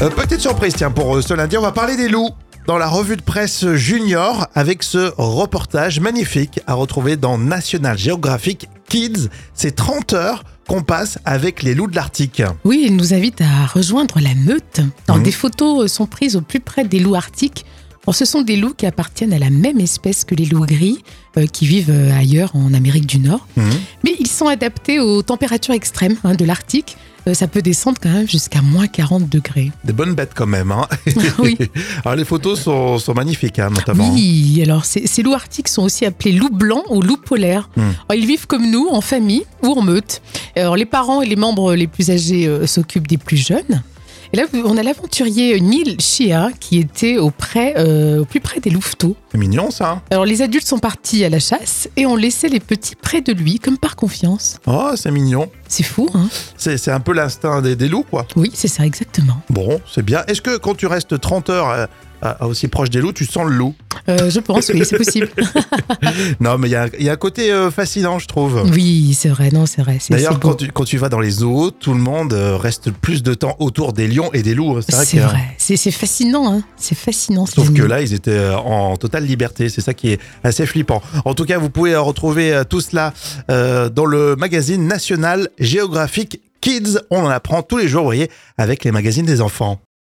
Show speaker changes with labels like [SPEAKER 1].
[SPEAKER 1] Euh, petite surprise, tiens, pour euh, ce lundi, on va parler des loups dans la revue de presse Junior avec ce reportage magnifique à retrouver dans National Geographic Kids. C'est 30 heures qu'on passe avec les loups de l'Arctique.
[SPEAKER 2] Oui, il nous invite à rejoindre la meute. Alors,
[SPEAKER 1] Mhm.
[SPEAKER 2] Des photos euh, sont prises au plus près des loups arctiques. Alors, ce sont des loups qui appartiennent à la même espèce que les loups gris euh, qui vivent euh, ailleurs en Amérique du Nord.
[SPEAKER 1] Mhm.
[SPEAKER 2] Mais ils sont adaptés aux températures extrêmes hein, de l'Arctique. Euh, ça peut descendre quand même jusqu'à moins 40 degrés.
[SPEAKER 1] Des bonnes bêtes quand même. hein.
[SPEAKER 2] Oui.
[SPEAKER 1] Alors, les photos sont, sont magnifiques, hein, notamment.
[SPEAKER 2] Oui, alors ces, ces loups arctiques sont aussi appelés loups blancs ou loups polaires.
[SPEAKER 1] Hmm.
[SPEAKER 2] Alors, ils vivent comme nous, en famille ou en meute. Alors les parents et les membres les plus âgés euh, s'occupent des plus jeunes. Et là, on a l'aventurier Neil Shea qui était auprès, euh, au plus près des louveteaux.
[SPEAKER 1] C'est mignon, ça. hein.
[SPEAKER 2] Alors les adultes sont partis à la chasse et ont laissé les petits près de lui, comme par confiance.
[SPEAKER 1] Oh, c'est mignon.
[SPEAKER 2] C'est fou, hein
[SPEAKER 1] C'est c'est un peu l'instinct des, des loups, quoi.
[SPEAKER 2] Oui, c'est ça, exactement.
[SPEAKER 1] Bon, c'est bien. Est-ce que quand tu restes 30 heures euh, à- à aussi proche des loups, tu sens le loup
[SPEAKER 2] Euh, je pense, oui, c'est possible.
[SPEAKER 1] Non, mais il y a, il y a un côté euh, fascinant, je trouve.
[SPEAKER 2] Oui, c'est vrai, non, c'est vrai. c'est-
[SPEAKER 1] D'ailleurs,
[SPEAKER 2] c'est beau.
[SPEAKER 1] quand tu, quand tu vas dans les zoos, tout le monde euh, reste plus de temps autour des lions et des loups. C'est vrai.
[SPEAKER 2] C'est
[SPEAKER 1] que-
[SPEAKER 2] vrai, c'est c'est fascinant, hein. c'est fascinant. ces
[SPEAKER 1] Sauf que
[SPEAKER 2] animaux.
[SPEAKER 1] là, ils étaient euh, en totale liberté. C'est ça qui est assez flippant. En tout cas, vous pouvez euh, retrouver euh, tout cela euh, dans le magazine national Géographique Kids. On en apprend tous les jours, vous voyez, avec les magazines des enfants.